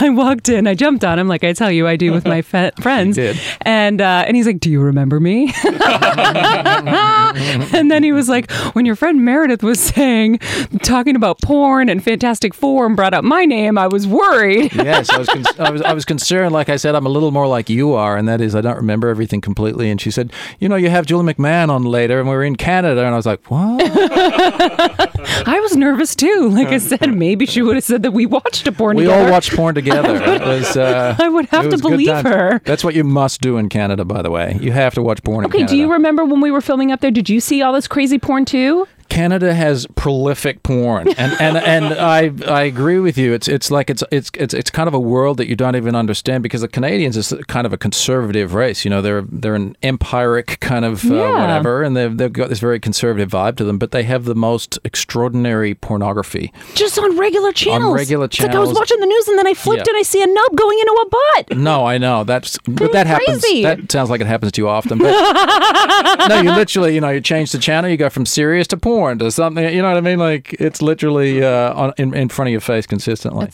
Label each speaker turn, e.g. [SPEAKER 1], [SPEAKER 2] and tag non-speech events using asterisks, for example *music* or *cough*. [SPEAKER 1] I walked in, I jumped on him like I tell you I do with my fe- friends.
[SPEAKER 2] did.
[SPEAKER 1] And uh, and he's like, "Do you remember me?" *laughs* and then he was like, "When your friend Meredith was saying talking about porn and Fantastic Four and brought up my name, I was worried."
[SPEAKER 2] yes, I was, con- I was I was concerned. Like I said, I'm a little more like you are, and that is I don't remember everything completely. And she said, "You know, you have Julie McMahon on later, and we were in Canada." And I was like, "What?"
[SPEAKER 1] *laughs* I was nervous too. Like I said, maybe she would have said that we watched a porn
[SPEAKER 2] we
[SPEAKER 1] together.
[SPEAKER 2] all watched porn together. It was, uh,
[SPEAKER 1] *laughs* I would have
[SPEAKER 2] it
[SPEAKER 1] to
[SPEAKER 2] was good
[SPEAKER 1] believe
[SPEAKER 2] times.
[SPEAKER 1] her.
[SPEAKER 2] That's what you must do in Canada, by the way. You have to watch porn. in
[SPEAKER 3] Okay,
[SPEAKER 2] Canada.
[SPEAKER 3] do you remember when we were filming up there? Did you see all this crazy porn too?
[SPEAKER 2] Canada has prolific porn, and
[SPEAKER 3] *laughs*
[SPEAKER 2] and and I I agree with you. It's it's like it's it's it's it's kind of a world that you don't even understand because the Canadians is kind of a conservative race. You know, they're they're an empiric kind of uh,
[SPEAKER 3] Yeah.
[SPEAKER 2] whatever, and they've they've got this very conservative vibe to them. But they have the most extraordinary pornography.
[SPEAKER 3] Just on regular channels.
[SPEAKER 2] regular
[SPEAKER 3] It's like I was
[SPEAKER 2] channels.
[SPEAKER 3] watching the news and then I flipped
[SPEAKER 2] Yeah.
[SPEAKER 3] and I see a nub going into a butt.
[SPEAKER 2] No, I know that's but that happens.
[SPEAKER 3] crazy.
[SPEAKER 2] That sounds like it happens to you often.
[SPEAKER 3] *laughs*
[SPEAKER 2] But no, you literally, you know, you change the channel, you go from serious to porn to something. You know what I mean? Like it's literally uh, on, in in front of your face consistently.